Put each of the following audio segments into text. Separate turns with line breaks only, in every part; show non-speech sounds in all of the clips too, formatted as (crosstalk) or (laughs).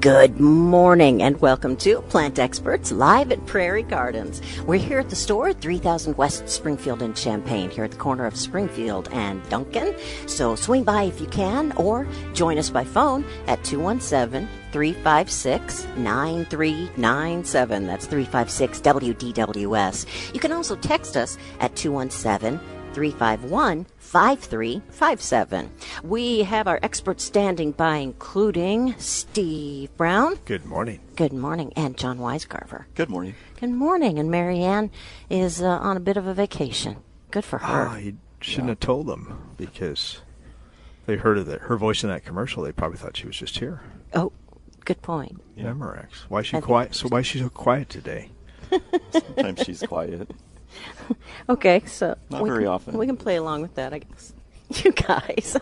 Good morning and welcome to Plant Experts live at Prairie Gardens. We're here at the store at 3000 West Springfield in Champaign, here at the corner of Springfield and Duncan. So swing by if you can or join us by phone at 217 356 9397. That's 356 WDWS. You can also text us at 217 351 5357. We have our experts standing by, including Steve Brown.
Good morning.
Good morning, and John Weisgarver.
Good morning.
Good morning, and Marianne is uh, on a bit of a vacation. Good for her.
Oh, you shouldn't have told them because they heard of the, her voice in that commercial. They probably thought she was just here.
Oh, good point.
Memorex. Why is she
I think-
quiet? So why is she so quiet today?
(laughs)
Sometimes she's quiet.
Okay, so
Not
we
very
can-
often.
We can play along with that, I guess. (laughs) You
(laughs)
guys.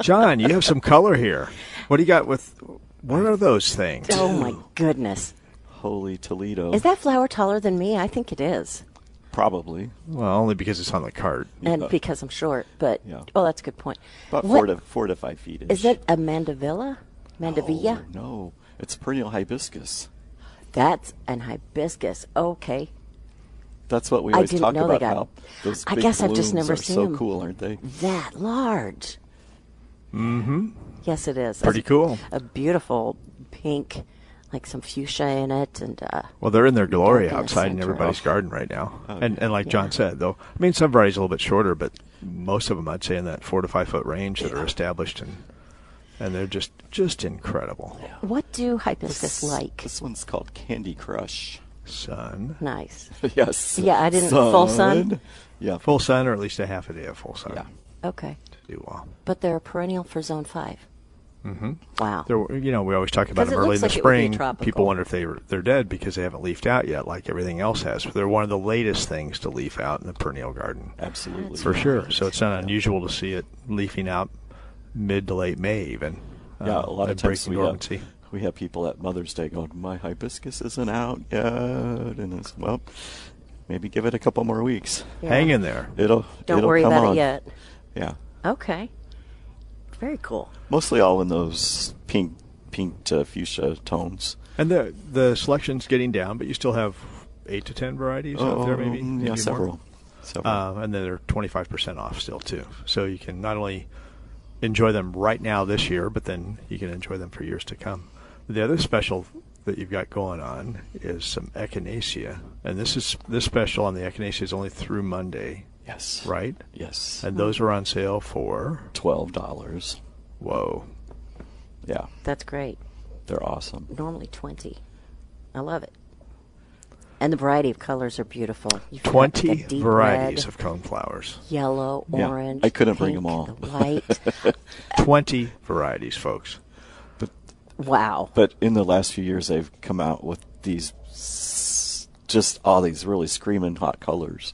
John, you
(laughs)
have some color here. What do you got with? What are those things?
oh my goodness.
Holy Toledo.
Is that flower taller than me? I think it is.
probably
Well, only because it's on the card.
And because I'm short, but
Yeah.
well, that's a good point.
about
What-
four to four to five feet?
Is it a mandevilla? Mandevilla?
Oh, no, it's perennial hibiscus.
That's an hibiscus. Okay.
That's what we
I
always
didn't
talk
know they
about.
got-
how those
I
big
guess I've just
blooms
never
are
seen
so
them.
cool, aren't they?
That large. Mm-hmm. Yes, it is.
Pretty
That's
cool.
A beautiful pink, like some fuchsia in it, and uh,
Well, they're in their glory
Yes,
outside in
that's
everybody's
right.
garden right now.
Oh,
and and like John said, though, I mean, some varieties a little bit shorter, but most of them I'd say in that four to five foot range that are established and and they're just just incredible.
what do hibiscus like?
This one's called Candy Crush. (laughs)
Sun,
Nice.
yes.
Yeah, I didn't- full sun?
Yeah.
full
Full.
sun, or at least a half a day of full sun.
Yeah.
Okay,
to do well.
but they're a perennial for Zone 5 Mm-hmm. Wow.
There, were- you know, we always talk about
'Cause
them
it
early
looks
in the
like it would be
spring.
tropical.
People wonder if they were- they're dead because they haven't leafed out yet, like everything else has. But they're one of the latest things to leaf out in the perennial garden,
Absolutely.
for sure. So it's not unusual to see it leafing out mid to late May, even.
Yeah,
uh,
a lot of
and
times
breaking
we
dormancy.
have, we have people at Mother's Day going, "My hibiscus isn't out yet," and it's well, maybe give it a couple more weeks.
Hang in there.
It'll
Don't
it'll
worry
come
about
on.
it yet.
Yeah,
Okay. Very cool.
mostly all in those pink pink to fuchsia tones.
And the the selection's getting down, but you still have eight to ten varieties out Oh, there, maybe.
Um,
maybe
yeah,
more.
several. Several.
Um, and then they're 25% off still, too. So you can not only enjoy them right now this year, but then you can enjoy them for years to come. The other special that you've got going on is some echinacea. And this is this special on the echinacea is only through Monday,
yes.
right?
Yes.
And those are on sale for,
Twelve dollars.
whoa,
Yeah,
That's great.
they're awesome.
Normally 20. I love it. And the variety of colors are beautiful. You've got, like, a
20
deep
varieties
red,
of coneflowers.
yellow,
Yeah,
orange.
I couldn't bring
pink,
'em all. (laughs)
the white.
20 varieties, folks.
wow.
But in the last few years, they've come out with these s- just all these really screaming hot colors.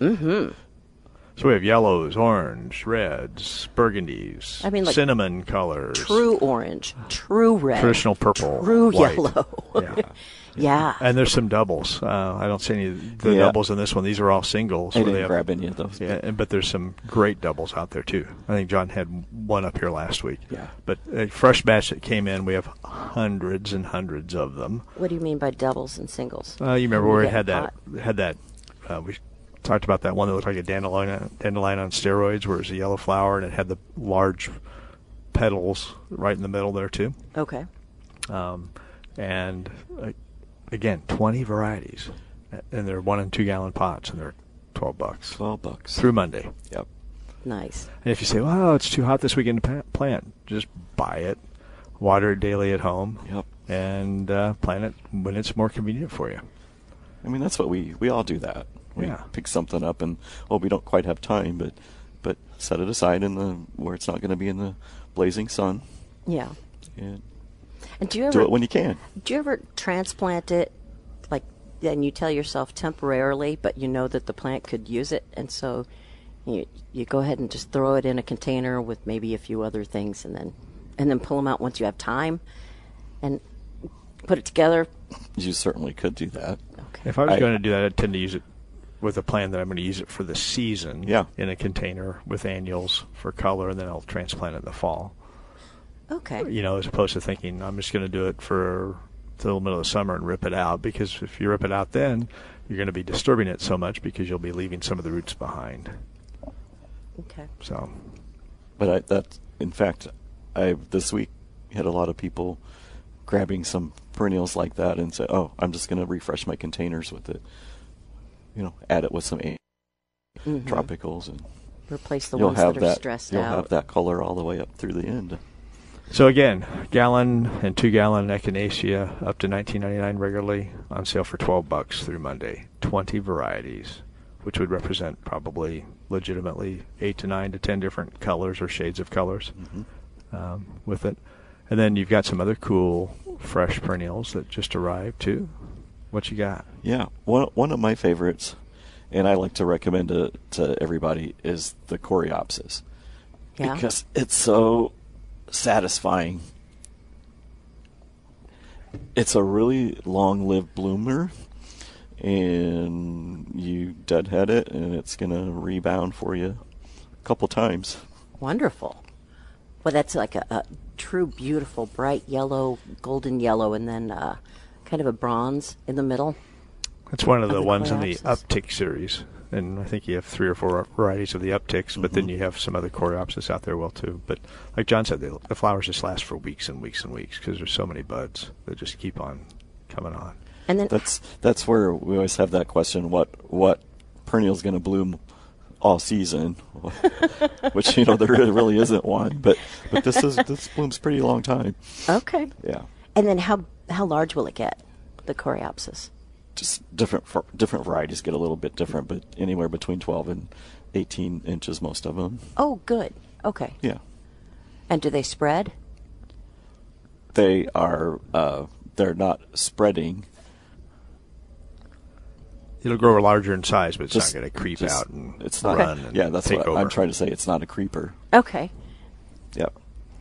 So we have yellows, orange, reds, burgundies,
I mean, like,
cinnamon colors,
True orange, true red,
traditional purple,
true
white.
yellow.
(laughs)
Yeah.
(laughs) yeah.
And there's some doubles. Uh, I don't see any of the
Yeah.
doubles in this one. These are all singles.
I
where they
didn't
have-
grab any of those.
Yeah, and- but there's some great doubles out there too. I think John had one up here last week.
Yeah.
But a fresh batch that came in, we have hundreds and hundreds of them.
What do you mean by doubles and singles?
Uh, you remember
When
where
you
it
get
had that?
hot.
Had that? Uh, we talked about that one that looked like a dandelion, dandelion on steroids, where it was a yellow flower and it had the large petals right in the middle there too.
Okay.
Um, and uh, again, twenty varieties, uh, and they're one and two gallon pots, and they're twelve bucks
Twelve bucks.
through Monday.
Yep.
Nice.
And if you say, "Wow, it's too hot this weekend to pa- plant," just buy it, water it daily at home,
Yep.
and uh, plant it when it's more convenient for you.
I mean, that's what we we all do that. We
Yeah.
pick something up and oh, we don't quite have time, but but set it aside in the where it's not going to be in the blazing sun,
Yeah.
and
And do you
do
ever
it when you can.
do you ever transplant it, like, and you tell yourself temporarily, but you know that the plant could use it, and so you you go ahead and just throw it in a container with maybe a few other things, and then and then pull them out once you have time, and put it together.
You certainly could do that.
Okay.
If I was
I-
going to do that, I'd tend to use it with a plan that I'm going to use it for the season.
Yeah.
In a container with annuals for color, and then I'll transplant it in the fall.
Okay.
You know, as opposed to thinking I'm just going to do it for till the middle of summer and rip it out because if you rip it out then you're going to be disturbing it so much because you'll be leaving some of the roots behind.
Okay.
So
But I, that, in fact, I this week had a lot of people grabbing some perennials like that and say, "Oh, I'm just going to refresh my containers with it." You know, add it with some a- tropicals, and
Replace Mm-hmm. the
you'll
ones
have
that are
that.
stressed
you'll
out.
have that color all the way up through the end.
So again, gallon and two gallon echinacea up to 19.99 regularly on sale for 12 bucks through Monday. 20 varieties, which would represent probably legitimately eight to nine to 10 different colors or shades of colors um, with it. And then you've got some other cool fresh perennials that just arrived too. What you got?
Yeah, one one of my favorites, and I like to recommend to to everybody is the Coreopsis
yeah.
because it's so satisfying. It's a really long-lived bloomer, and you deadhead it, and it's gonna rebound for you a couple times.
Wonderful. Well, that's like a, a true beautiful bright yellow, golden yellow, and then uh, kind of a bronze in the middle.
That's one of
Of
the
the
ones in the
coreopsis.
uptick series. And I think you have three or four varieties of the upticks, but
Mm-hmm.
then you have some other coreopsis out there well too. But like John said, the, the flowers just last for weeks and weeks and weeks because there's so many buds that just keep on coming on.
And then
That's that's where we always have that question: what what perennial's going to bloom all season? (laughs) Which you know there really isn't one, but but this is this blooms pretty long time.
okay.
Yeah,
And then how how large will it get? The coreopsis.
just different var- different varieties get a little bit different, but anywhere between twelve and eighteen inches, most of them.
Oh, good. Okay.
Yeah,
And do they spread?
they are uh, they're not spreading.
It'll grow larger in size, but it's
Just-
not going to creep
just-
out and
it's not. (laughs)
run. And
yeah, that's
take
what
over.
I'm trying to say. It's not a creeper.
Okay.
Yep.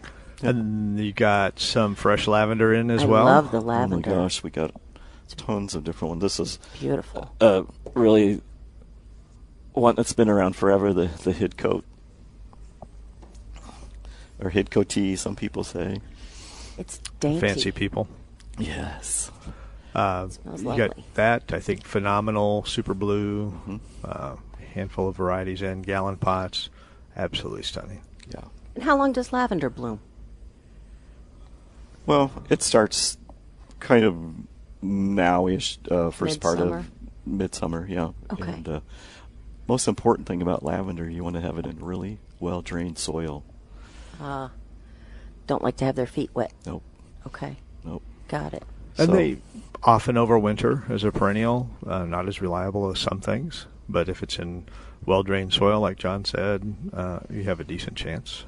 Oh
And you got some fresh lavender in as
I
well.
love the
Oh my
lavender.
gosh, we got tons of different ones. This is
Beautiful.
uh, really one that's been around forever the, the Hidcoat. Or Hidco tea, some people say.
It's dainty.
Fancy people.
Yes.
Uh,
smells
you got
lovely.
that. I think phenomenal, super blue, uh, handful of varieties in gallon pots, absolutely stunning.
Yeah.
And how long does lavender bloom?
Well, it starts kind of nowish, uh, first part
Midsummer.
of midsummer, yeah.
Okay.
And uh, most important thing about lavender, you want to have it in really well drained soil.
Don't like to have their feet wet.
Nope.
Okay.
Nope.
Got it.
And
So-
they often overwinter as a perennial, uh, not as reliable as some things, but if it's in well drained soil, like John said, uh, you have a decent chance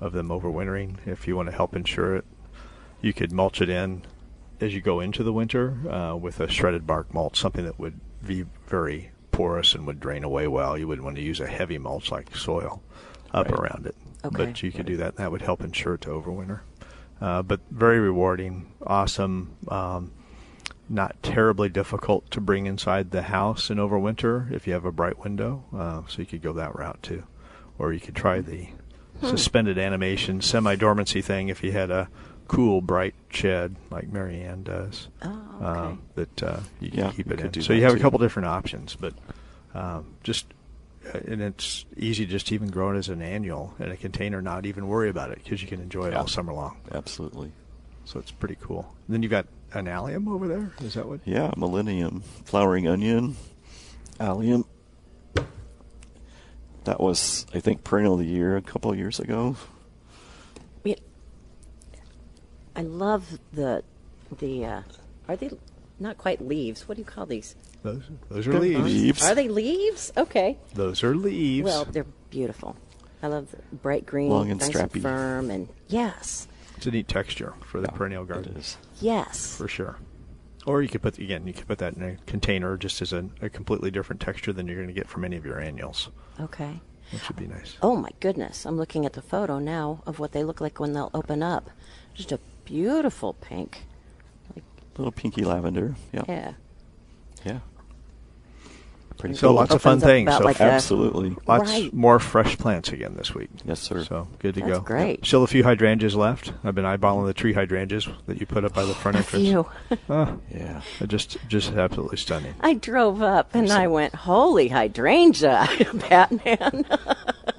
of them overwintering. If you want to help ensure it, you could mulch it in as you go into the winter uh, with a shredded bark mulch, something that would be very porous and would drain away well. You wouldn't want to use a heavy mulch like soil up
Right.
around it.
Okay.
But you could do that, and that would help ensure it to overwinter. Uh, but very rewarding, awesome, um, not terribly difficult to bring inside the house and overwinter if you have a bright window. Uh, so you could go that route too. Or you could try the
Hmm.
suspended animation semi dormancy thing if you had a cool, bright shed like Mary Ann does.
Oh, okay.
Um, that uh, you can
Yeah,
keep
you
it
could
in.
do
So you
that,
have a
too.
couple different options, but um, just and it's easy just to even grow it as an annual in a container, not even worry about it because you can enjoy it
Yeah.
all summer long.
Absolutely.
So it's pretty cool. And then you've got an allium over there. Is that what?
Yeah, Millennium. Flowering Onion. Allium. That was, I think, perennial of the year a couple of years ago.
Yeah. I love the the uh, are they not quite leaves? What do you call these?
Those, those are leaves.
Leaves.
Are they leaves? Okay.
Those are leaves.
Well, they're beautiful. I love the bright green,
Long and
nice
strappy.
and firm, and yes,
It's a neat texture for the perennial garden.
It is.
yes,
for sure. Or you could put again, you could put that in a container just as a, a completely different texture than you're going to get from any of your annuals,
okay.
which would be nice.
Oh my goodness, I'm looking at the photo now of what they look like when they'll open up. Just a beautiful pink.
Little pinky lavender. Yeah. Yeah.
Yeah.
Pretty
So
cool.
lots of fun
Opens up
things.
about
So
like a-
Absolutely.
lots
Right.
more fresh plants again this week.
Yes, sir.
So good to
That's
go.
great.
Still a few hydrangeas left. I've been eyeballing the tree hydrangeas that you put up by the front entrance.
Phew.
Ah,
Yeah.
they're just just absolutely stunning.
(laughs) I drove up and I went, holy hydrangea, (laughs) Batman. (laughs)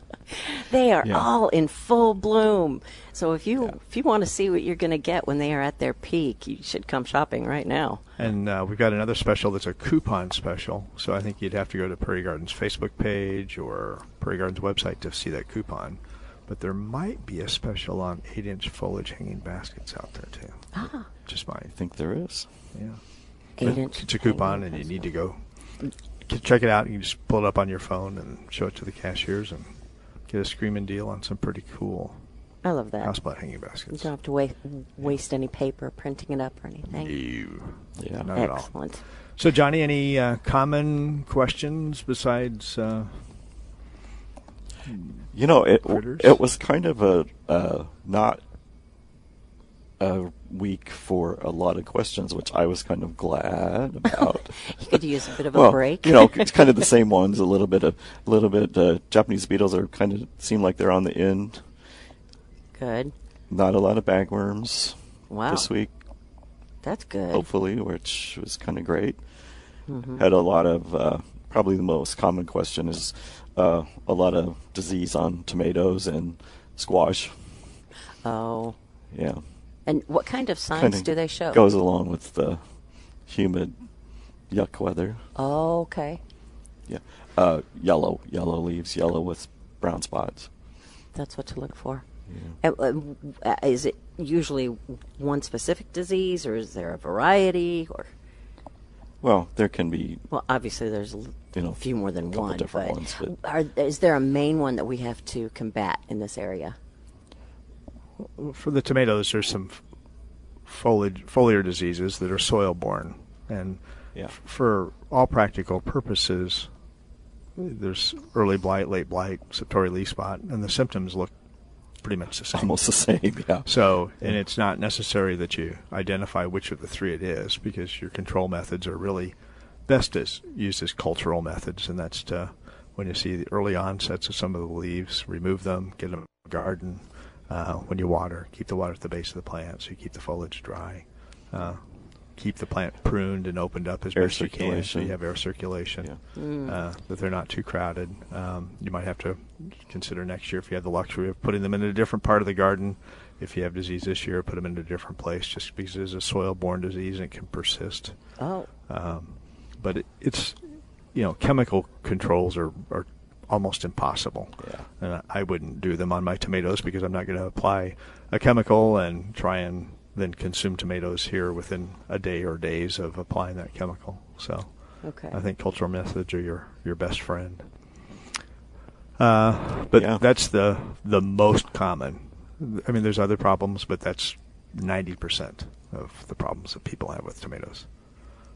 they are
Yeah.
all in full bloom. So if you if you want to see what you're going to get when they are at their peak, you should come shopping right now.
And uh, we've got another special that's a coupon special. So I think you'd have to go to Prairie Gardens Facebook page or Prairie Gardens website to see that coupon. But there might be a special on eight inch foliage hanging baskets out there too. Ah. Just my
I think there is.
yeah.
Eight
But
inch.
It's a coupon, and you need to go c- check it out. You can just pull it up on your phone and show it to the cashiers and get a screaming deal on some pretty cool
I love that.
houseplant hanging
You
baskets.
don't have to wa- waste any paper printing it up or anything.
Ew.
Yeah.
Not at all.
Excellent.
So, Johnny, any uh, common questions besides? Uh,
You know, it
Critters?
it was kind of a uh, not a week for a lot of questions, which I was kind of
(laughs)
glad about.
You could use a bit of a
well,
break.
you know,
(laughs)
it's kind of the same ones. A little bit of a little bit. Uh, Japanese beetles are kind of seem like they're on the end.
good.
Not a lot of bagworms
Wow.
this week,
That's good.
hopefully, which was kind of great.
Mm-hmm.
Had a lot of uh, probably the most common question is uh, a lot of disease on tomatoes and squash.
Oh.
Yeah.
And what kind of signs
kinda
do they show?
Goes along with the humid, yuck weather.
Oh, okay.
Yeah, uh, yellow, yellow leaves, yellow with brown spots.
That's what to look for. And, uh, w- uh, is it usually one specific disease, or is there a variety? Or
Well, there can be
well, obviously there's a l-
You know,
few more than
couple
one.
different
but,
ones, but-
Are, is there a main one that we have to combat in this area?
for the tomatoes, there's some f- foliage foliar diseases that are soil borne, and
Yeah. (laughs)
f- for all practical purposes, there's early blight, late blight, septory leaf spot, and the symptoms look pretty much the same.
almost the same. Yeah.
So, and it's not necessary that you identify which of the three it is because your control methods are really best as used as cultural methods, and that's to, when you see the early onsets of some of the leaves, remove them, get them in the garden. Uh, when you water, keep the water at the base of the plant so you keep the foliage dry. Uh, keep the plant pruned and opened up as
Air
best you can so
circulation.
you have air circulation, uh, that they're not too crowded. Um, you might have to consider next year if you have the luxury of putting them in a different part of the garden. If you have disease this year, put them in a different place just because it is a soil borne disease and it can persist.
Oh,
But it, it's, you know, chemical controls are, are almost impossible.
Yeah.
And I- I wouldn't do them on my tomatoes because I'm not going to apply a chemical and try and then consume tomatoes here within a day or days of applying that chemical. So.
okay.
I think cultural methods are your, your best friend. Uh, but
Yeah.
that's the the most common. I mean, there's other problems, but that's ninety percent of the problems that people have with tomatoes.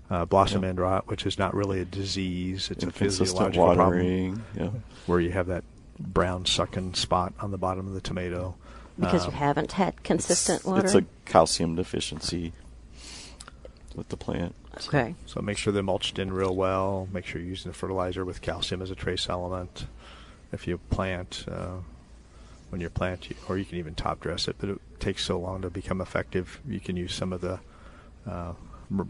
Uh, blossom end rot, which is not really a disease; it's a
Inconsistent
physiological problem
watering. Yeah.
where you have that brown sucking spot on the bottom of the tomato.
because
um,
you haven't had consistent
it's,
water.
It's a calcium deficiency with the plant.
okay.
So make sure they're mulched in real well. Make sure you're using the fertilizer with calcium as a trace element. If you plant, uh, when you plant, you, or you can even top dress it, but it takes so long to become effective. You can use some of the uh, mar-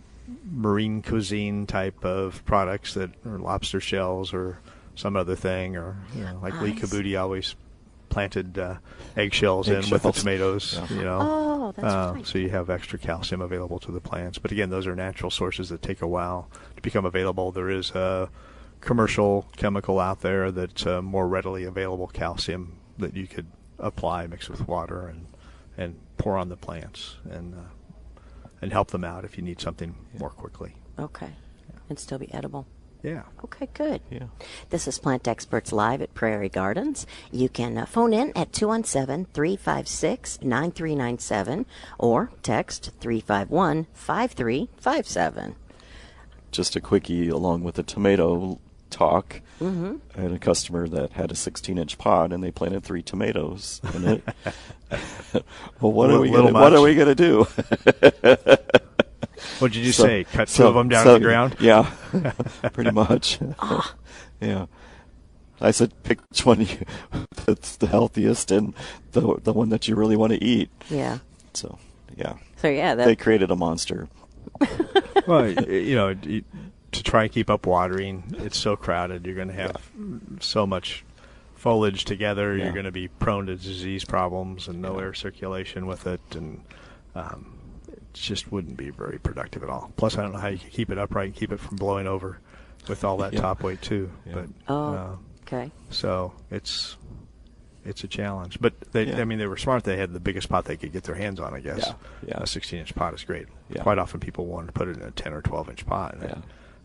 marine cuisine type of products that are lobster shells or some other thing, or you know, like Lee
I see.
Caboody always planted uh, eggshells in with the
Eggshells.
tomatoes.
Yeah.
You know,
Oh, that's
uh,
right.
So you have extra calcium available to the plants. But again, those are natural sources that take a while to become available. There is a commercial chemical out there that's uh, more readily available calcium that you could apply, mix with water, and and pour on the plants and uh, and help them out if you need something more quickly.
Okay. And still be edible.
Yeah.
Okay, good.
Yeah.
This is Plant Experts Live at Prairie Gardens. You can uh, phone in at 217 356 9397 or text 351 5357.
Just a quickie along with the tomato talk. Mm-hmm. I had a customer that had a 16 inch pod and they planted three tomatoes in
(laughs)
it. (laughs) well, what are
Little-
we
little
gonna, what
much.
are we going to do?
What did you
So-
say? Cut
so-
two of them down
so-
to the ground.
(laughs)
(laughs)
Yeah, pretty much.
Ah.
yeah, I said pick which one you, (laughs) that's the healthiest and the the one that you really want to eat.
Yeah.
So yeah,
So, yeah, that,
they created a monster.
well, y- you know, y- to try and keep up watering, it's so crowded. You're going to have so much foliage together.
Yeah.
You're going to be prone to disease problems and no air circulation with it, and um, it just wouldn't be very productive at all. Plus, I don't know how you could keep it upright and keep it from blowing over with all that
Yeah.
top weight too.
Yeah.
But
oh,
uh,
okay.
so it's it's a challenge. But they,
Yeah.
I mean, they were smart. They had the biggest pot they could get their hands on. I guess.
Yeah, yeah.
A 16 inch pot is great.
Yeah.
Quite often people want to put it in a 10 or 12 inch pot. And
Yeah.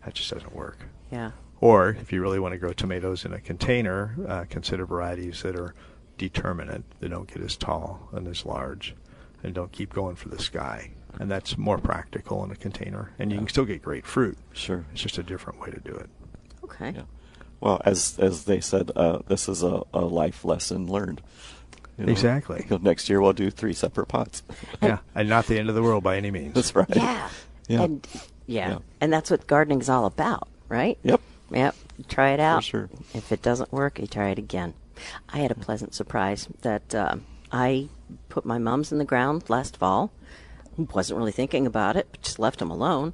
That just doesn't work.
Yeah.
Or if you really want to grow tomatoes in a container, uh, consider varieties that are determinate. They don't get as tall and as large, and don't keep going for the sky. And that's more practical in a container, and you can still get great fruit.
Sure.
It's just a different way to do it.
Okay.
Yeah. Well, as as they said, uh, this is a, a life lesson learned. You know,
Exactly.
you know, next year we'll do three separate pots. (laughs)
Yeah, and not the end of the world by any means.
that's right.
Yeah.
Yeah.
And yeah.
Yeah.
And that's what gardening's all about, right?
Yep.
Yep. Try it out.
sure.
If it doesn't work, you try it again. I had a pleasant surprise that uh, I put my mums in the ground last fall. Wasn't really thinking about it, but just left them alone.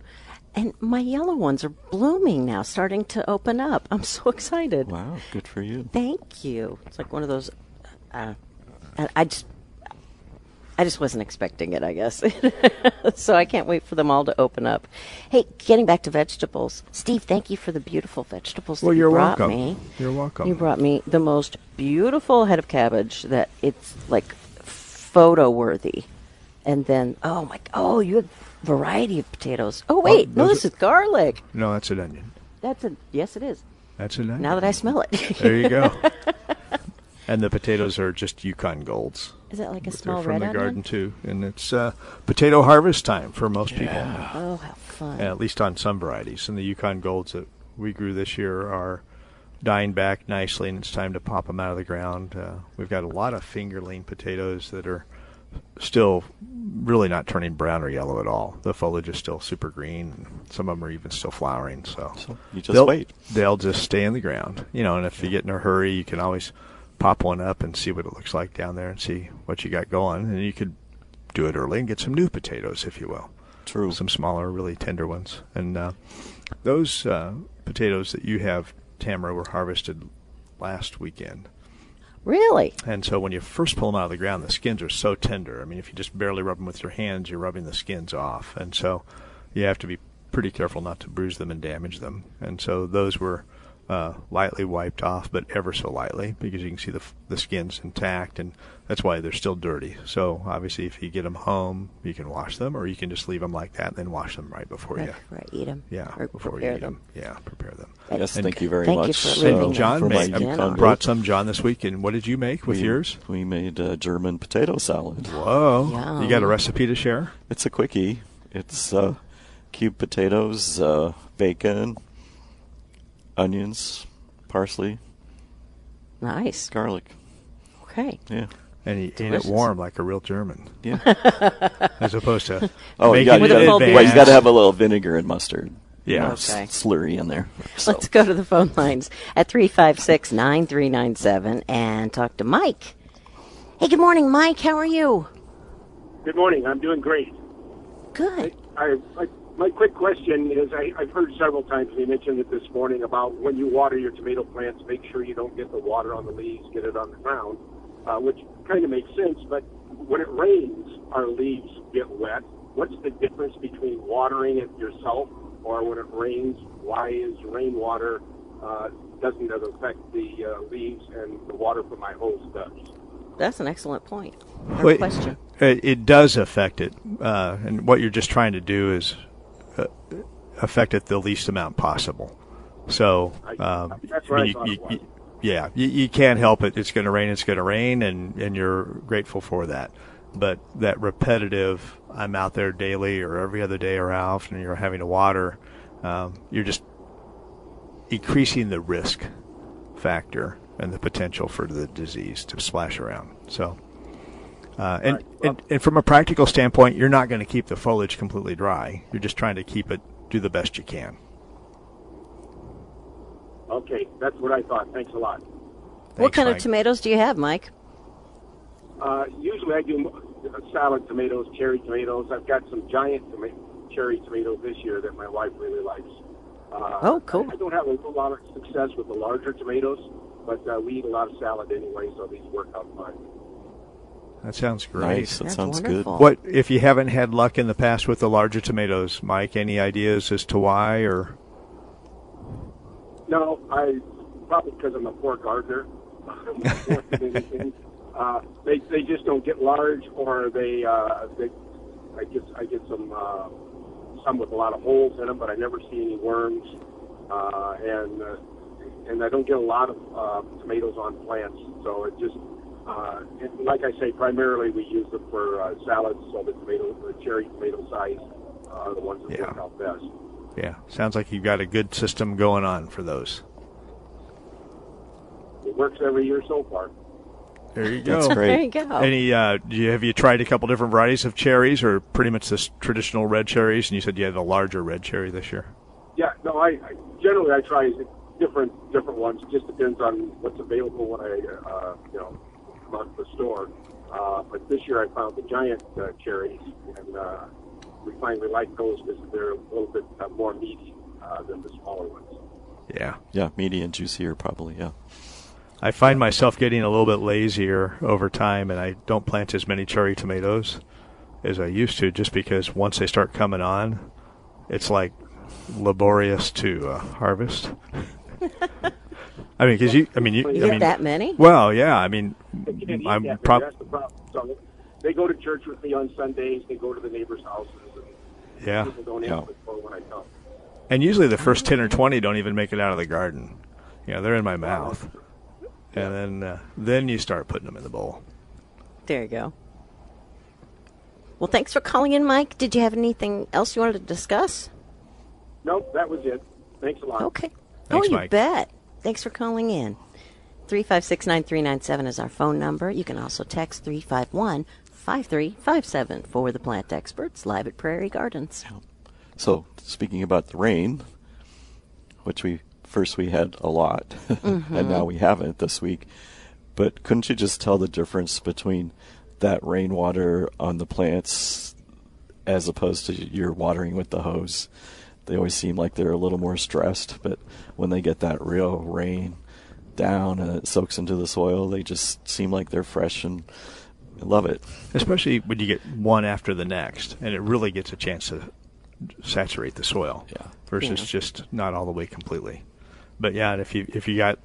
And my yellow ones are blooming now, starting to open up. I'm so (laughs) excited.
Wow, good for you.
Thank you. It's like one of those. Uh, I, I just, I just wasn't expecting it. I guess. (laughs) so I can't wait for them all to open up. Hey, getting back to vegetables, Steve. Thank you for the beautiful vegetables.
Well,
that
you're
you brought
welcome.
Me.
You're welcome.
You brought me the most beautiful head of cabbage that it's like photo worthy. And then, oh my, oh, you have variety of potatoes. Oh wait, no,
those
this is
are-
garlic.
No, that's an onion.
That's a yes, it is.
That's an onion.
Now that I smell it, (laughs)
There you go. and the potatoes are just Yukon Golds.
is that like a
They're
small
from
red
the
onion?
garden too, and it's uh, potato harvest time for most people,
Oh, how fun!
at least on some varieties. And the Yukon Golds that we grew this year are dying back nicely, and it's time to pop them out of the ground. Uh, we've got a lot of fingerling potatoes that are still really not turning brown or yellow at all. The foliage is still super green. Some of them are even still flowering. So,
So you just
they'll,
wait.
They'll just stay in the ground, you know. And if you get in a hurry, you can always pop one up and see what it looks like down there and see what you got going. And you could do it early and get some new potatoes, if you will
True.
some smaller, really tender ones. And uh, those uh, potatoes that you have, Tamara, were harvested last weekend.
Really?
And so when you first pull them out of the ground, the skins are so tender. I mean, if you just barely rub them with your hands, you're rubbing the skins off. And so you have to be pretty careful not to bruise them and damage them. And so those were uh, lightly wiped off, but ever so lightly, because you can see the, f- the skins intact, and that's why they're still dirty. So obviously, if you get them home, you can wash them, or you can just leave them like that and then wash them right before
Right
you.
before I eat them.
Yeah,
Or
before you
prepare
eat them. Yeah, prepare them.
Yes,
And
thank you very
thank you
much.
for
uh,
leaving
And
that
John
for my
made,
skin
Yukon
on.
Gold.
brought some, John, this week, and what did you make with
we,
yours?
We made a German potato salad.
Whoa.
Yum.
You got a recipe to share?
It's a quickie. It's uh, cubed potatoes, uh, bacon, onions, parsley,
Nice.
garlic.
Okay.
Yeah.
And he ate it
Delicious.
warm like a real German,
Yeah.
as opposed to
(laughs) Oh, you
making
got,
it
With a
in
full
advance.
well, you got to have a little vinegar and mustard. you
Yeah.
know, s-
Okay.
slurry in there. So,
Let's go to the phone lines at 356 9397 and talk to Mike. Hey, good morning, Mike. How are you?
Good morning. I'm doing great.
Good.
I, I, my quick question is I, I've heard several times, we mentioned it this morning, about when you water your tomato plants, make sure you don't get the water on the leaves, get it on the ground, uh, which kind of makes sense. But when it rains, our leaves get wet. What's the difference between watering it yourself or when it rains? Why is rainwater uh, doesn't it affect the uh, leaves and the water from my hose does?
That's an excellent point. Or
Wait,
question.
It, it does affect it, uh, and what you're just trying to do is uh, affect it the least amount possible. So
I-
um,
that's
I mean,
what I
you-
thought
you-
it was.
you- yeah, you, you can't help it. It's going to rain. It's going to rain, and and you're grateful for that. But that repetitive, I'm out there daily or every other day or how often you're having to water, um, you're just increasing the risk factor and the potential for the disease to splash around. So, uh, and, and and from a practical standpoint, you're not going to keep the foliage completely dry. You're just trying to keep it do the best you can.
Okay, that's what I thought. Thanks a lot.
what
Thanks,
kind
Mike.
of tomatoes do you have, Mike?
Uh, usually I do uh, salad tomatoes, cherry tomatoes. I've got some giant toma- cherry tomatoes this year that my wife really likes. Uh,
Oh, cool.
I, I don't have a whole lot of success with the larger tomatoes, but uh, we eat a lot of salad anyway, so these work out fine.
That sounds great.
Nice. That
That's
sounds
wonderful.
What if you haven't had luck in the past with the larger tomatoes, Mike? Any ideas as to why or?
No, I probably because I'm a poor gardener. (laughs) More than anything. uh, they they just don't get large, or they uh, they I get I get some uh, some with a lot of holes in them, but I never see any worms, uh, and uh, and I don't get a lot of uh, tomatoes on plants, so it just. Uh, and like I say, primarily we use them for uh, salads, so the tomato, the cherry tomato size uh, are the ones that
Yeah.
work out best.
Yeah, sounds like you've got a good system going on for those.
It works every year so far.
There you
That's
go.
great.
There you go.
Any? Uh, do you, have you tried a couple different varieties of cherries, or pretty much this traditional red cherries? And you said you had a larger red cherry this year.
Yeah, no, I, I generally I try different different ones. It just depends on what's available when I uh, you know come out to the store. Uh, but this year I found the giant uh, cherries, and uh, we finally like those because they're a little bit uh, more meaty uh, than the smaller ones.
Yeah.
Yeah, meaty and juicier probably. Yeah.
I find myself getting a little bit lazier over time, and I don't plant as many cherry tomatoes as I used to, just because once they start coming on, it's like laborious to uh, harvest. (laughs) I mean, because you, I mean, you,
You
I
get
mean,
that many?
Well, yeah, I mean,
They can't eat
I'm
that,
prob-
that's the problem. So they go to church with me on Sundays. They go to the neighbors' houses, and
yeah,
people don't
Yeah.
answer the door when I come.
and usually the first ten or twenty don't even make it out of the garden. You know, they're in my mouth, and then uh, then you start putting them in the bowl.
There you go. Well, thanks for calling in, Mike. Did you have anything else you wanted to discuss?
Nope, that was it. Thanks a lot.
Okay.
Thanks,
oh, you
Mike.
bet. Thanks for calling in. 356-9397 is our phone number. You can also text 351-5357 for the plant experts live at Prairie Gardens.
So speaking about the rain, which we first we had a lot, (laughs) and now we haven't this week. But couldn't you just tell the difference between that rainwater on the plants as opposed to your watering with the hose? They always seem like they're a little more stressed, but when they get that real rain down and it soaks into the soil, they just seem like they're fresh and I love it.
especially when you get one after the next, and it really gets a chance to saturate the soil
Yeah.
versus just not all the way completely. But yeah, and if you if you got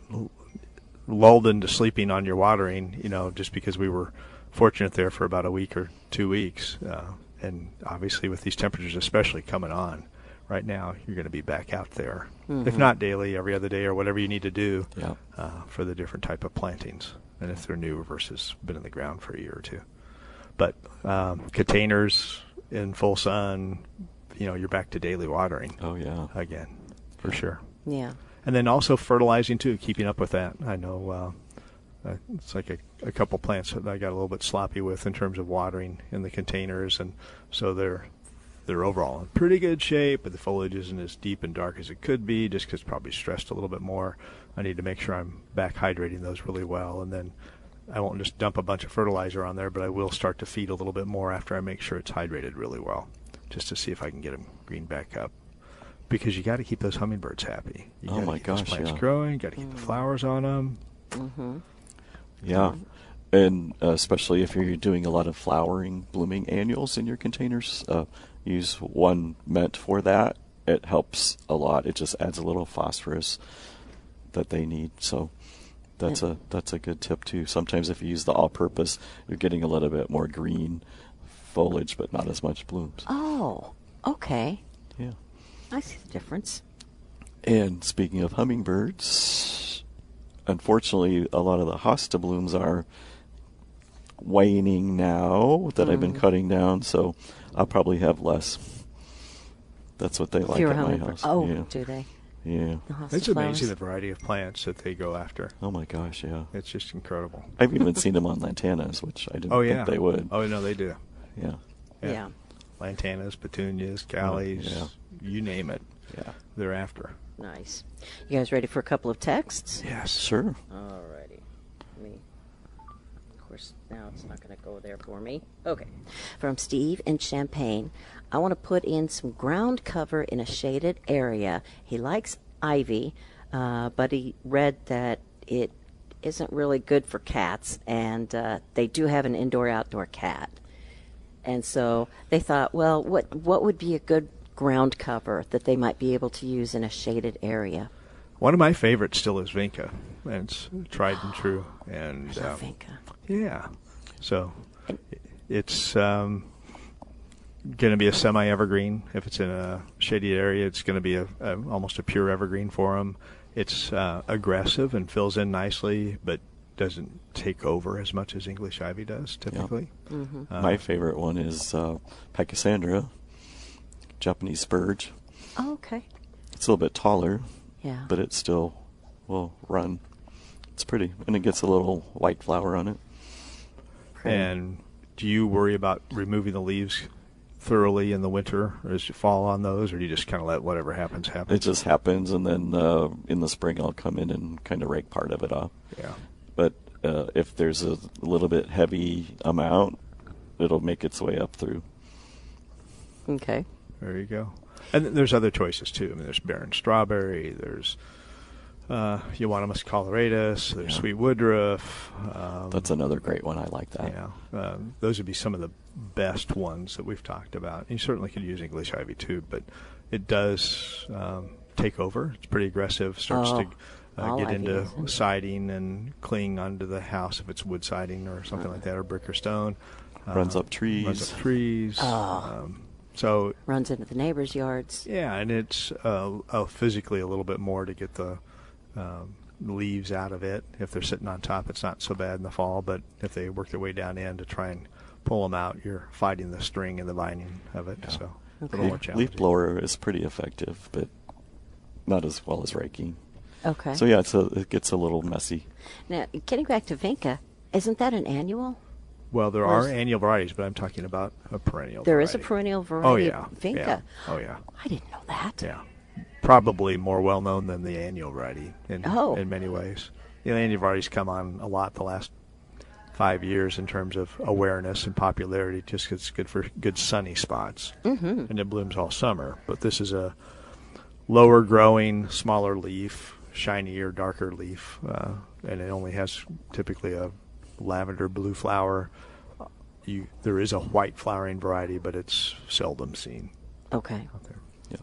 lulled into sleeping on your watering, you know, just because we were fortunate there for about a week or two weeks, uh, and obviously with these temperatures, especially coming on right now, you're going to be back out there, if not daily, every other day, or whatever you need to do
Yeah.
uh, for the different type of plantings, and if they're new versus been in the ground for a year or two but um, containers in full sun, you know, you're back to daily watering
Oh yeah.
again, for sure.
Yeah.
And then also fertilizing too, keeping up with that. I know uh, uh, it's like a, a couple plants that I got a little bit sloppy with in terms of watering in the containers, and so they're they're overall in pretty good shape, but the foliage isn't as deep and dark as it could be, just because probably stressed a little bit more. I need to make sure I'm back hydrating those really well, and then I won't just dump a bunch of fertilizer on there, but I will start to feed a little bit more after I make sure it's hydrated really well, just to see if I can get them green back up. Because you got to keep those hummingbirds happy. You
Oh
gotta
my
keep those
gosh,
plants
yeah.
growing. Got to keep the flowers on them.
Yeah. And uh, especially if you're doing a lot of flowering, blooming annuals in your containers, uh, use one meant for that. It helps a lot. It just adds a little phosphorus that they need. So that's a that's a good tip too. Sometimes if you use the all-purpose, you're getting a little bit more green foliage, but
Uh,
not as much blooms.
Oh, okay.
Yeah.
I see the difference.
And speaking of hummingbirds, unfortunately, a lot of the hosta blooms are waning now that I've
Hmm.
been cutting down, so I'll probably have less. That's what they like
Fewer
at my
hummingbird-
house.
Oh,
yeah.
do they? Uh-huh.
yeah.
The hosta
It's
flowers.
amazing the variety of plants that they go after.
Oh my gosh, yeah.
It's just incredible.
I've even
(laughs)
seen them on lantanas, which I didn't
Oh
think
yeah,
they would.
Oh no, they do.
Yeah.
Yeah.
yeah.
Lantanas, petunias, callies,
Yeah.
you name it.
Yeah.
They're after.
Nice. You guys ready for a couple of texts?
Yes.
Sure.
Alrighty. Let me. Of course, now it's not going to go there for me. Okay. From Steve in Champagne, I want to put in some ground cover in a shaded area. He likes ivy, uh, but he read that it isn't really good for cats, and uh, they do have an indoor-outdoor cat. And so they thought, well, what what would be a good ground cover that they might be able to use in a shaded area?
One of my favorites still is Vinca. And it's tried and true. And um,
Vinca.
yeah, so it's um, going to be a semi-evergreen. If it's in a shady area, it's going to be a, a almost a pure evergreen for them. It's uh, aggressive and fills in nicely, but doesn't take over as much as English ivy does typically. Uh-huh.
my favorite one is uh, Pachysandra, Japanese spurge.
Oh, okay.
It's a little bit taller,
Yeah.
but it still will run. It's pretty, and it gets a little white flower on it.
And do you worry about removing the leaves thoroughly in the winter, or does it fall on those, or do you just kind of let whatever happens happen?
It just happens, and then uh, in the spring I'll come in and kind of rake part of it off.
yeah.
But uh, if there's a little bit heavy amount, it'll make its way up through.
Okay.
There you go. And th- there's other choices too. I mean, there's barren strawberry. There's uh, euonymus coloratus. There's
Yeah.
sweet woodruff. Um,
That's another great one. I like that.
yeah, um, those would be some of the best ones that we've talked about. You certainly could use English ivy too, but it does um, take over. It's pretty aggressive. Starts
Oh,
to uh,
all
get
ivy
into
does, isn't it?
siding and clinging onto the house if it's wood siding or something like that, or brick or stone.
Runs
Uh,
up trees.
Runs up trees. Um, so
Runs into the neighbors' yards.
yeah, and it's uh, uh, physically a little bit more to get the um, leaves out of it. If they're sitting on top, it's not so bad in the fall, but if they work their way down in to try and pull them out, you're fighting the string and the vining of it. So a little more
Leaf,
challenging.
leaf blower is pretty effective, but not as well as raking.
Okay.
So yeah, it's a, it gets a little messy.
Now, getting back to Vinca, isn't that an annual?
Well, there
Where's-
are annual varieties, but I'm talking about a perennial.
There
variety.
is a perennial variety
Oh yeah,
of Vinca.
yeah. Oh yeah,
I didn't know that.
yeah. Probably more well known than the annual variety in
Oh.
in many ways. The annual variety's come on a lot the last five years in terms of awareness and popularity just 'cause it's good for good sunny spots mm-hmm. and it blooms all summer but this is a lower growing smaller leaf shinier darker leaf uh, and it only has typically a lavender blue flower you, there is a white flowering variety but it's seldom seen
Okay.
there
Yeah.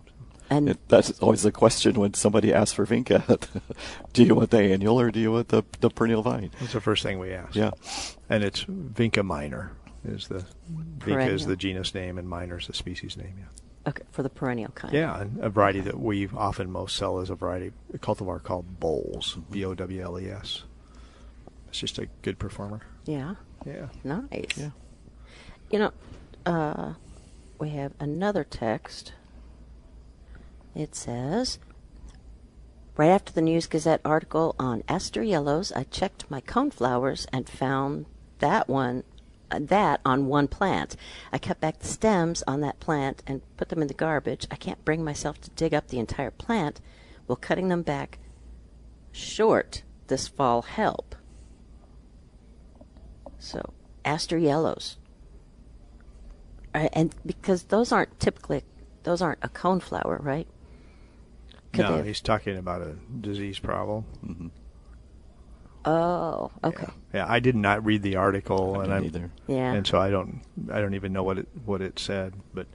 And
It, that's always the question when somebody asks for vinca. (laughs) do you want the annual or do you want the, the perennial vine?
That's the first thing we ask.
Yeah.
and it's vinca minor is the vinca is
Perennial.
the genus name and minor is the species name. Yeah.
okay, for the perennial kind.
Yeah, and a variety that we often most sell is a variety a cultivar called Bowles, B O W L E S. It's just a good performer.
Yeah.
Yeah.
Nice.
Yeah.
You know, uh, we have another text. It says, right after the News Gazette article on aster yellows, I checked my coneflowers and found that one, uh, that on one plant. I cut back the stems on that plant and put them in the garbage. I can't bring myself to dig up the entire plant. Will cutting them back short this fall help? So, aster yellows. Uh, and because those aren't typically, those aren't a coneflower, right? Could
no,
they-
he's talking about a disease problem.
Oh, okay.
Yeah, I did not read the article, and
didn't
I'm,
either.
Yeah.
and so I don't, I don't even know what it what it said, but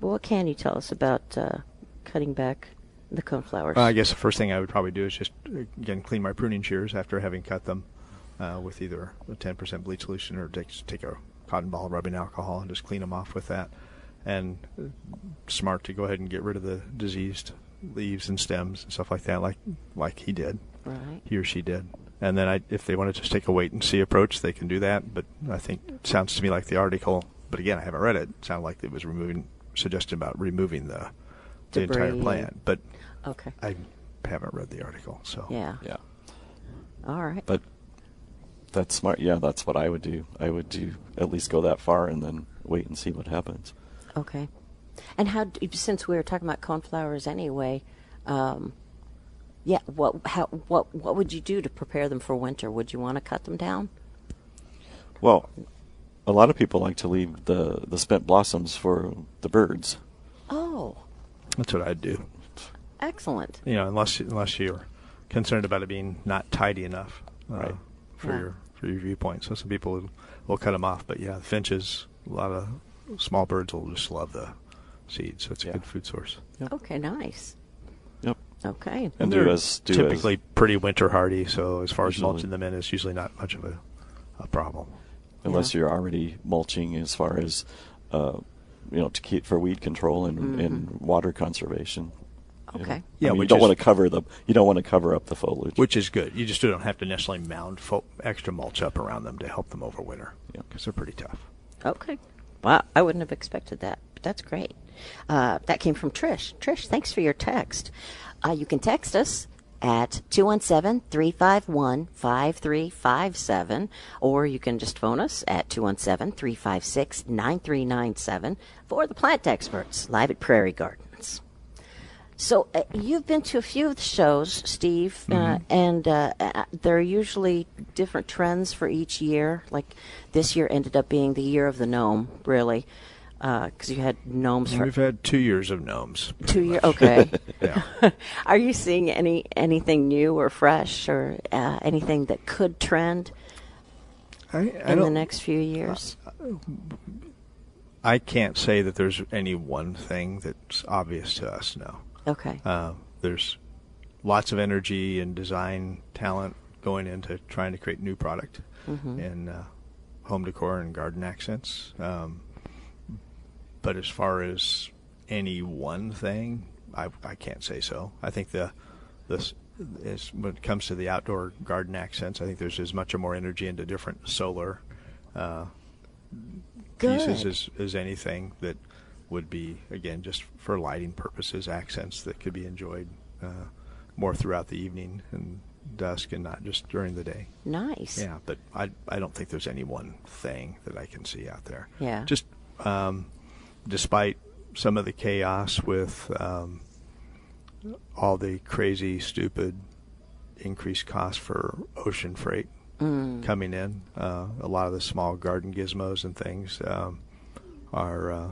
Well, what can you tell us about uh, cutting back the coneflowers?
Uh,
Well, I guess the first thing I would probably do is just again clean my pruning shears after having cut them uh, with either a 10% bleach solution or take, take a cotton ball rubbing alcohol and just clean them off with that. and uh, smart to go ahead and get rid of the diseased leaves and stems and stuff like that, like like he did,
Right.
he or she did. And then I, if they want to just take a wait and see approach, they can do that. But I think it sounds to me like the article, but again, I haven't read it. it sounded like it was removing, suggested about removing the the entire
Debris.
plant, but
Okay.
I haven't read the article, so
Yeah.
Yeah.
All right.
But that's smart. Yeah, that's what I would do. I would do at least go that far and then wait and see what happens.
Okay. And how, d- since we were talking about coneflowers anyway, um, yeah, what, how, what, what would you do to prepare them for winter? Would you want to cut them down?
Well, a lot of people like to leave the the spent blossoms for the birds.
Oh,
that's what I'd do.
excellent.
You know, unless unless you're concerned about it being not tidy enough uh,
Right.
for
Yeah.
your for your viewpoint. So some people will, will cut them off, but yeah, the finches, a lot of small birds will just love the seeds, so it's a
Yeah.
good food source.
Okay, nice.
Yep.
Okay.
And
They're
do as do
typically
as,
pretty winter hardy, so as far as
Usually.
mulching them in, it's usually not much of a, a problem.
unless you're already mulching as far as uh, you know to keep for weed control and, and water conservation. you know.
Mm-hmm. Okay.
I
Yeah,
mean, you
which
don't
is-
want to cover the you don't want to cover up the foliage.
Which is good. You just don't have to necessarily mound fo- extra mulch up around them to help them overwinter
Yeah.
because they're pretty tough.
Okay. Wow, I wouldn't have expected that. But that's great. Uh, that came from Trish. Trish, thanks for your text. Uh, you can text us at 217-351-5357 or you can just phone us at 217-356-9397 for the plant experts live at Prairie Gardens. So uh, you've been to a few of the shows, Steve, uh,
Mm-hmm.
and uh, uh, there are usually different trends for each year. Like this year ended up being the year of the gnome, really, because you had gnomes for
We've had two years of gnomes.
two years. Okay,
(laughs) Yeah.
(laughs) are you seeing any anything new or fresh or uh, anything that could trend
I, I
in the
don't.
next few years?
I can't say that there's any one thing that's obvious to us now.
okay,
Uh, there's lots of energy and design talent going into trying to create new product
Mm-hmm.
in uh, home decor and garden accents. Um, but as far as any one thing, I, I can't say so. I think the this is when it comes to the outdoor garden accents. I think there's as much or more energy into different solar uh, pieces
Good.
as, as anything that would be again just for lighting purposes accents that could be enjoyed uh, more throughout the evening and dusk and not just during the day
nice.
yeah but I, I don't think there's any one thing that i can see out there
Yeah.
just um, despite some of the chaos with um, all the crazy stupid increased cost for ocean freight
Mm.
coming in uh, a lot of the small garden gizmos and things um, are uh,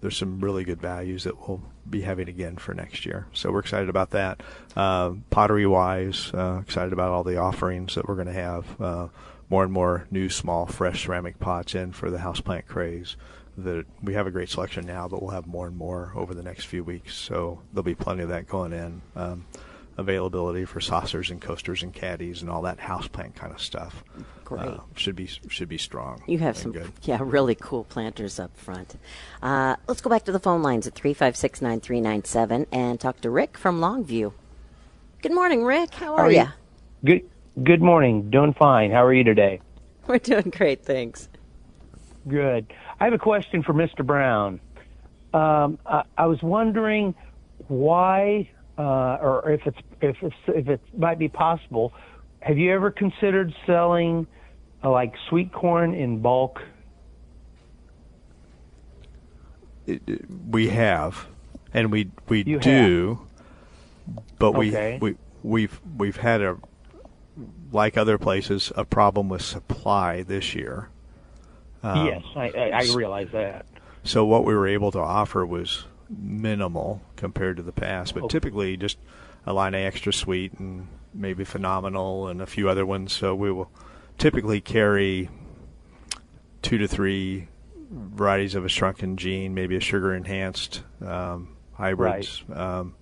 there's some really good values that we'll be having again for next year. So we're excited about that. Uh, pottery wise, uh, excited about all the offerings that we're going to have. Uh, more and more new, small, fresh ceramic pots in for the houseplant craze. That we have a great selection now, but we'll have more and more over the next few weeks. So there'll be plenty of that going in. Um, availability for saucers and coasters and caddies and all that houseplant kind of stuff. uh,
Great.
should be should be strong.
You have
and
some,
good.
yeah, really cool planters up front. Uh, let's go back to the phone lines at 356 9397 and talk to Rick from Longview. Good morning, Rick. How are,
How are
you?
you? Good good morning. Doing fine. How are you today?
(laughs) We're doing great, thanks.
Good. I have a question for Mr. Brown. Um, I, I was wondering why, uh, or if it's if it's if it might be possible. Have you ever considered selling uh, like sweet corn in bulk?
It- it- we have, and we we
You
do, but
Okay.
we we we've we've had a like other places a problem with supply this year.
yes, I, I, I realize that.
So what we were able to offer was minimal compared to the past, but typically just a line A extra sweet and maybe phenomenal and a few other ones. So we will typically carry two to three varieties of a shrunken gene, maybe a sugar enhanced um, hybrids, um,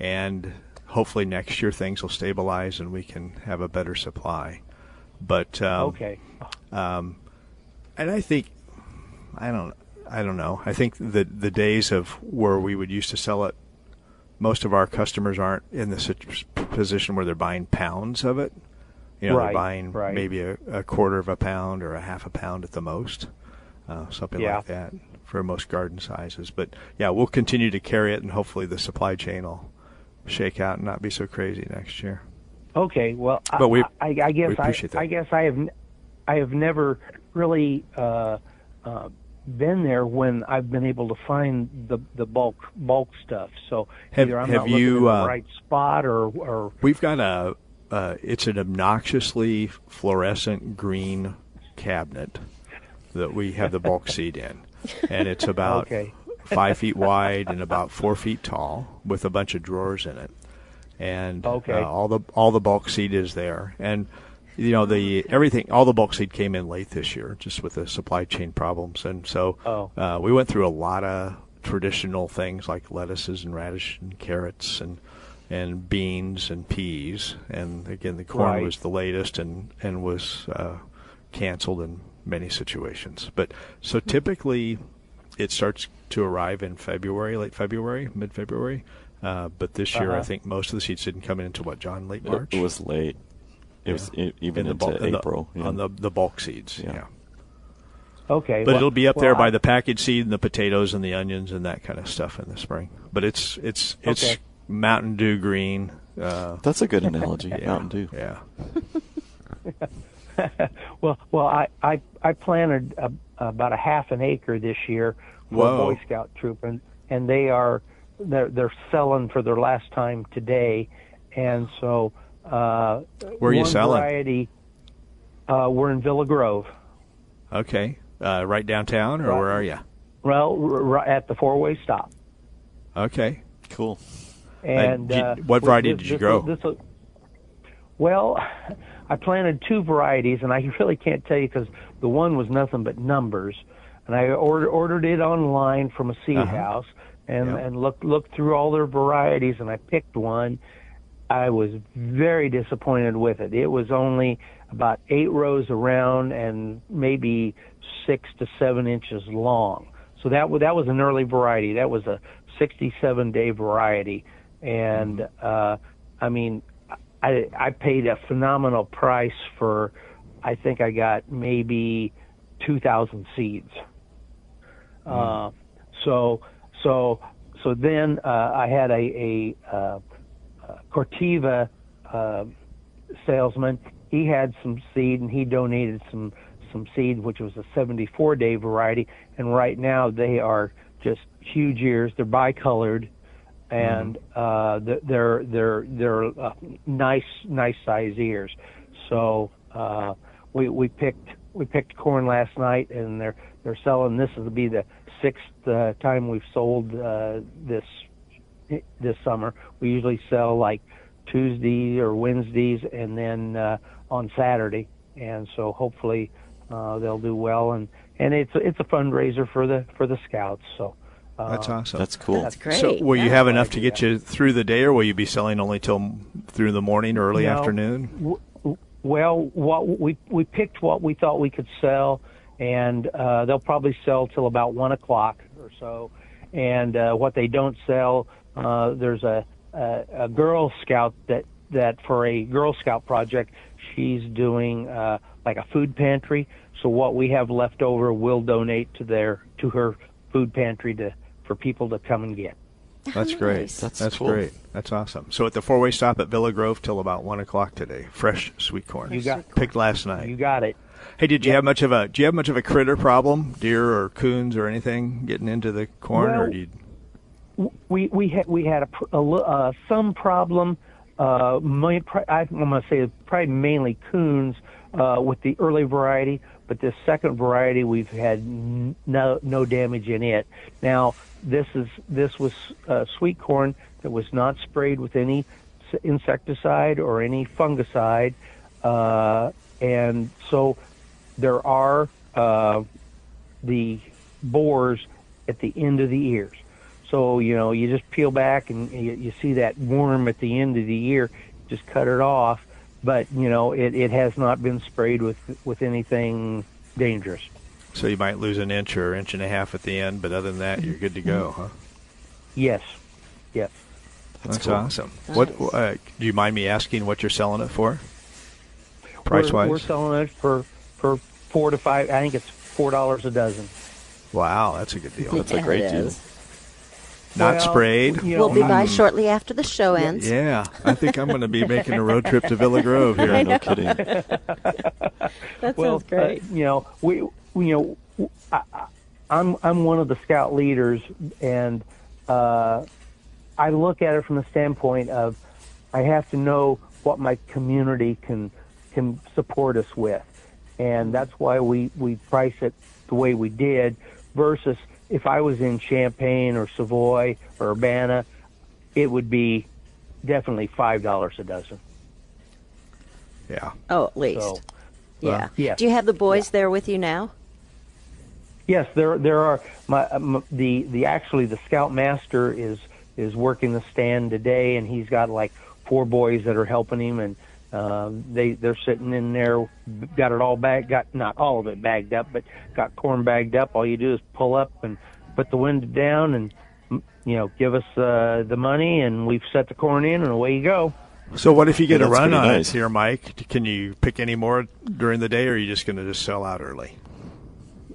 and hopefully next year things will stabilize and we can have a better supply. But um,
Okay.
and I think I don't I don't know. I think the the days of where we would used to sell it, most of our customers aren't in the sit- position where they're buying pounds of it. You know,
Right,
they're buying
right.
maybe a, a quarter of a pound or a half a pound at the most, uh, something
Yeah.
like that for most garden sizes. But yeah, we'll continue to carry it, and hopefully the supply chain will shake out and not be so crazy next year.
Okay, well, I-
But we-
I, I, I guess
we appreciate
I,
that.
I guess I have, n- I have never really uh, uh, been there when I've been able to find the the bulk bulk stuff. So
Have-
either I'm
have
not looking
you,
in the
uh,
right spot, or or
We've got a. Uh, it's an obnoxiously fluorescent green cabinet that we have the bulk seed in, and it's about
(laughs) Okay.
five feet wide and about four feet tall, with a bunch of drawers in it. And uh,
Okay.
all the all the bulk seed is there, and you know the everything. All the bulk seed came in late this year, just with the supply chain problems, and so
Oh.
uh, we went through a lot of traditional things like lettuces and radish and carrots and and beans and peas. And again, the corn
Right.
was the latest and and was uh, canceled in many situations. But so
Hmm.
typically, it starts to arrive in February, late February, mid February. Uh, but this year, I think most of the seeds didn't come in until what John late March.
Uh-huh. It, was late. It was e-
In
even
the
into
bul- in the-
April. yeah.
on the the bulk seeds.
Yeah.
yeah.
okay,
But
well-
it'll be up
well,
there
I-
by the packaged seed and the potatoes and the onions and that kind of stuff in the spring. But it's it's it's
Okay.
Mountain Dew green. Uh,
That's
(laughs)
a good analogy. Mountain Dew.
yeah.
Well, well, I I, I planted a, about a half an acre this year for
Whoa.
a Boy Scout troop, and and they are they're they're selling for their last time today, and so uh,
Where are you
one
selling?
Variety. Uh, we're in Villa Grove.
Okay. Uh, right downtown, or where are you?
Well, r- r- at the four-way stop.
Okay.
Cool.
And
did-
uh,
what
with
variety
this-
did you
this-
grow?
this- well, (laughs) I planted two varieties, and I (laughs) really can't tell you because the one was nothing but numbers, and I order, ordered it online from a
Uh-huh.
seed house, and
Yeah.
and looked looked through all their varieties, and I picked one. I was very disappointed with it. It was only about eight rows around and maybe six to seven inches long. So that wa- that was an early variety. That was a 67 day variety, and uh, I mean, I I paid a phenomenal price for. I think I got maybe 2,000 seeds. Uh, so so so then uh, I had a a uh, uh, Cortiva uh, salesman. He had some seed and he donated some some seed, which was a 74 day variety. And right now they are just huge ears. They're bicolored, and uh, th- they're they're they're uh, nice nice size ears. So uh, we we picked we picked corn last night, and they're they're selling. This will be the sixth uh, time we've sold uh, this this summer. We usually sell like Tuesday or Wednesdays, and then uh, on Saturday. And so hopefully uh, they'll do well. And and it's it's a fundraiser for the for the scouts. So uh,
That's awesome.
That's cool.
That's great.
So, will you
Yeah. (laughs)
have enough to get you through the day, or will you be selling only till m- through the morning, or early
No.
afternoon?
w- w- well, what we we picked what we thought we could sell, and uh, they'll probably sell till about one o'clock or so. And uh, what they don't sell, uh, there's a, a a Girl Scout that that for a Girl Scout project, she's doing uh, like a food pantry. So what we have left over, we'll donate to their to her food pantry to for people to come and get.
That's great.
That's cool.
great. That's awesome. So at the four-way stop at Villa Grove till about one o'clock today. Fresh sweet corn.
You got-
picked last night.
You got it.
Hey, did you have much of a do you have much of a critter problem, deer or coons or anything getting into the corn, or
Well-
do you?
we we had we had a, pr- a li- uh, some problem. Uh, my, pri- I, am going to say probably mainly coons uh, with the early variety, but this second variety we've had n- no no damage in it. Now this is this was uh, sweet corn that was not sprayed with any s- insecticide or any fungicide, uh, and so there are. Uh, the bores at the end of the ears. So you know, you just peel back and you, you see that worm at the end of the ear. Just cut it off, but you know, it, it has not been sprayed with with anything dangerous.
So you might lose an inch or inch and a half at the end, but other than that, you're good to go,
Mm-hmm.
huh?
Yes. Yes.
That's,
cool.
awesome. What uh, do you mind me asking? What you're selling it for?
We're-
Price wise?
We're selling it for, for four to five, I think it's $4 a dozen.
Wow, that's a good deal.
(laughs)
That's a
Yeah,
great
it
deal.
is.
Not
Well,
sprayed.
you know,
We'll be by
mm,
shortly after the show ends.
Yeah, I think I'm going to
(laughs)
be making a road trip to Villa Grove
Yeah,
here.
no kidding.
That
well,
sounds great.
uh, you know, we, we- you know, w- I, I- I'm I'm one of the scout leaders, and uh, I look at it from the standpoint of I have to know what my community can can support us with, and that's why we we price it the way we did. Versus if I was in Champaign or Savoy or Urbana, it would be definitely five dollars a dozen.
Yeah.
Oh, at least.
So.
yeah.
yeah.
Do you have the boys there with you now?
Yes, there there are my, um, the the actually the scoutmaster is is working the stand today, and he's got like four boys that are helping him, and um, they they're sitting in there, got it all bagged, got not all of it bagged up, but got corn bagged up. All you do is pull up and put the window down, and mm, you know give us uh, the money, and we've set the corn in, and away you go.
So what if you get
Yeah,
a
that's
run
pretty
on
nice.
it here, Mike? Can you pick any more during the day, or are you just going to just sell out early?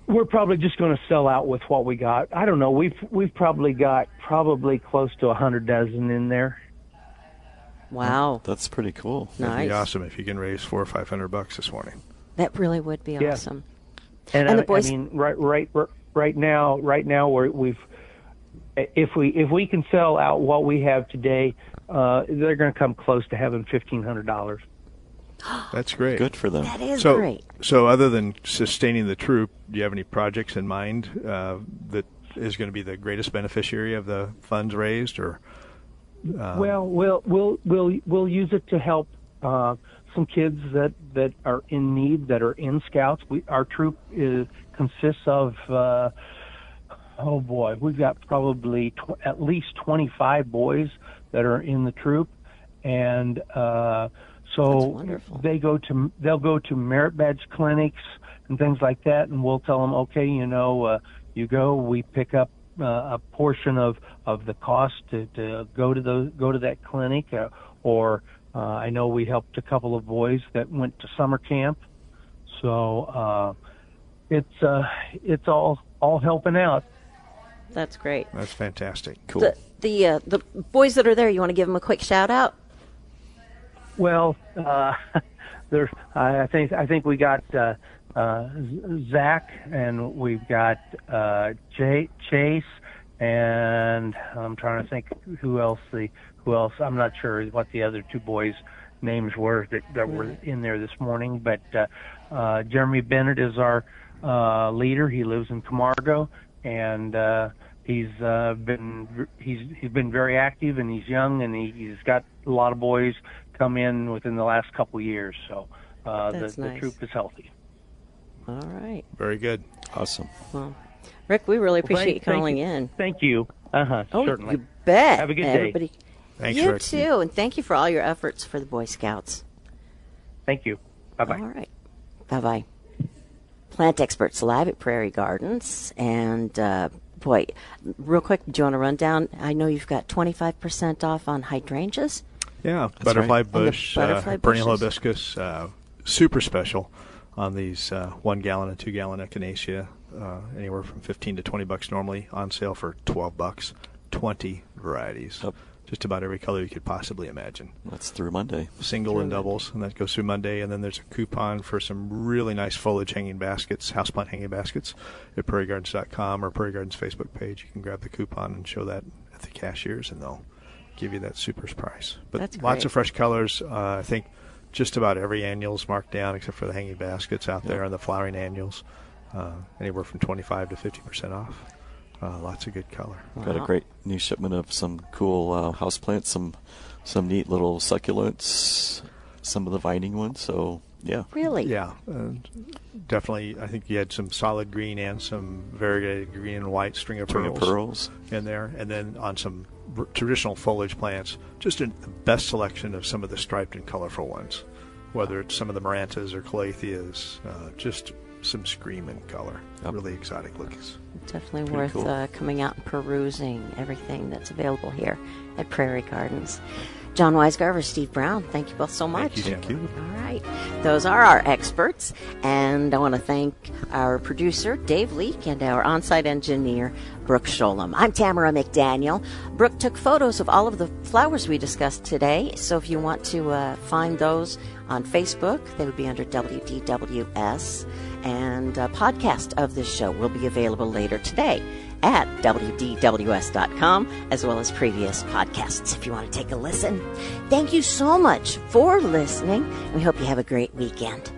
We're probably just going to sell out with what we got. I don't know. We've we've probably got probably close to a hundred dozen in there.
Wow.
That's pretty cool.
That'd
Nice.
be awesome if you can raise four or five hundred bucks this morning.
That really would be
Yeah.
awesome.
And,
And
I,
the boys-
I mean, right, right, right now, right now, we're, we've if we if we can sell out what we have today, uh, they're going to come close to having fifteen hundred dollars.
That's great.
Good for them.
That is
So,
great.
so other than sustaining the troop, do you have any projects in mind uh, that is going to be the greatest beneficiary of the funds raised, or
well, we'll we'll we'll we'll use it to help uh, some kids that that are in need that are in scouts. We our troop is consists of. Uh, Oh boy, we've got probably tw- at least 25 boys that are in the troop, and uh,
That's
so
wonderful.
they go to they'll go to merit badge clinics and things like that, and we'll tell them, okay, you know, uh, you go, we pick up uh, a portion of of the cost to, to go to those go to that clinic, uh, or uh, I know we helped a couple of boys that went to summer camp, so uh, it's uh, it's all all helping out.
That's great.
that's fantastic.
Cool.
The the uh, the boys that are there, you want to give them a quick shout out?
Well, uh, (laughs) there's. I I think I think we got uh, uh, Z- Zach, and we've got uh, Jay, Chase, and I'm trying to think who else. The who else? I'm not sure what the other two boys' names were that, that were in there this morning. But uh, uh, Jeremy Bennett is our uh, leader. He lives in Camargo, and uh, he's uh, been he's he's been very active and he's young and he, he's got a lot of boys come in within the last couple of years so uh, the,
That's nice.
the troop is healthy
All right.
Very good.
Awesome.
Well, Rick, we really appreciate
Thank-
you
thank
calling
you.
in.
thank you uh-huh
Oh,
certainly
you bet.
Have a good day.
Everybody.
Thanks,
you
Rick.
too, and thank you for all your efforts for the Boy Scouts.
thank you bye-bye
All right. Bye bye. Plant experts live at Prairie Gardens. And uh, boy, real quick, do you want to run down? I know you've got 25% off on hydrangeas.
Yeah, butterfly
right.
On the
bush,
butterfly
uh, perennial
bushes.
hibiscus, uh, super special on these uh, one gallon and two gallon echinacea, uh, anywhere from fifteen to twenty bucks normally. On sale for twelve bucks, twenty varieties,
Yep.
just about every color you could possibly imagine,
That's through Monday.
single and doubles, and that goes through Monday. And then there's a coupon for some really nice foliage hanging baskets, houseplant hanging baskets, at prairiegardens.com or Prairie Gardens Facebook page. You can grab the coupon and show that at the cashiers, and they'll give you that super price. But
That's
lots
great.
of fresh colors. Uh, I think just about every annual's marked down except for the hanging baskets out there and the flowering annuals. Uh, anywhere from 25 to 50 percent off. Uh, lots of good color.
Got a great new shipment of some cool uh, house plants, some some neat little succulents, some of the vining ones. So yeah,
Really?
Yeah, uh, definitely. I think you had some solid green and some variegated green and white string of
String of
pearls,
pearls.
in there, and then on some r- traditional foliage plants. Just a, the best selection of some of the striped and colorful ones, whether it's some of the marantas or calatheas. Uh, just some screaming color.
Yep.
Really exotic looks.
Definitely
Pretty
worth
cool.
uh, coming out and perusing everything that's available here at Prairie Gardens. John Weisgarver, Steve Brown, thank you both so much.
you, Thank Tamara.
All right. Those are our experts. And I want to thank our producer, Dave Leake, and our on site engineer, Brooke Sholem. I'm Tamara McDaniel. Brooke took photos of all of the flowers we discussed today. So if you want to uh, find those on Facebook, they would be under WDWS. And a podcast of this show will be available later today at WDWS.com, as well as previous podcasts if you want to take a listen. Thank you so much for listening. We hope you have a great weekend.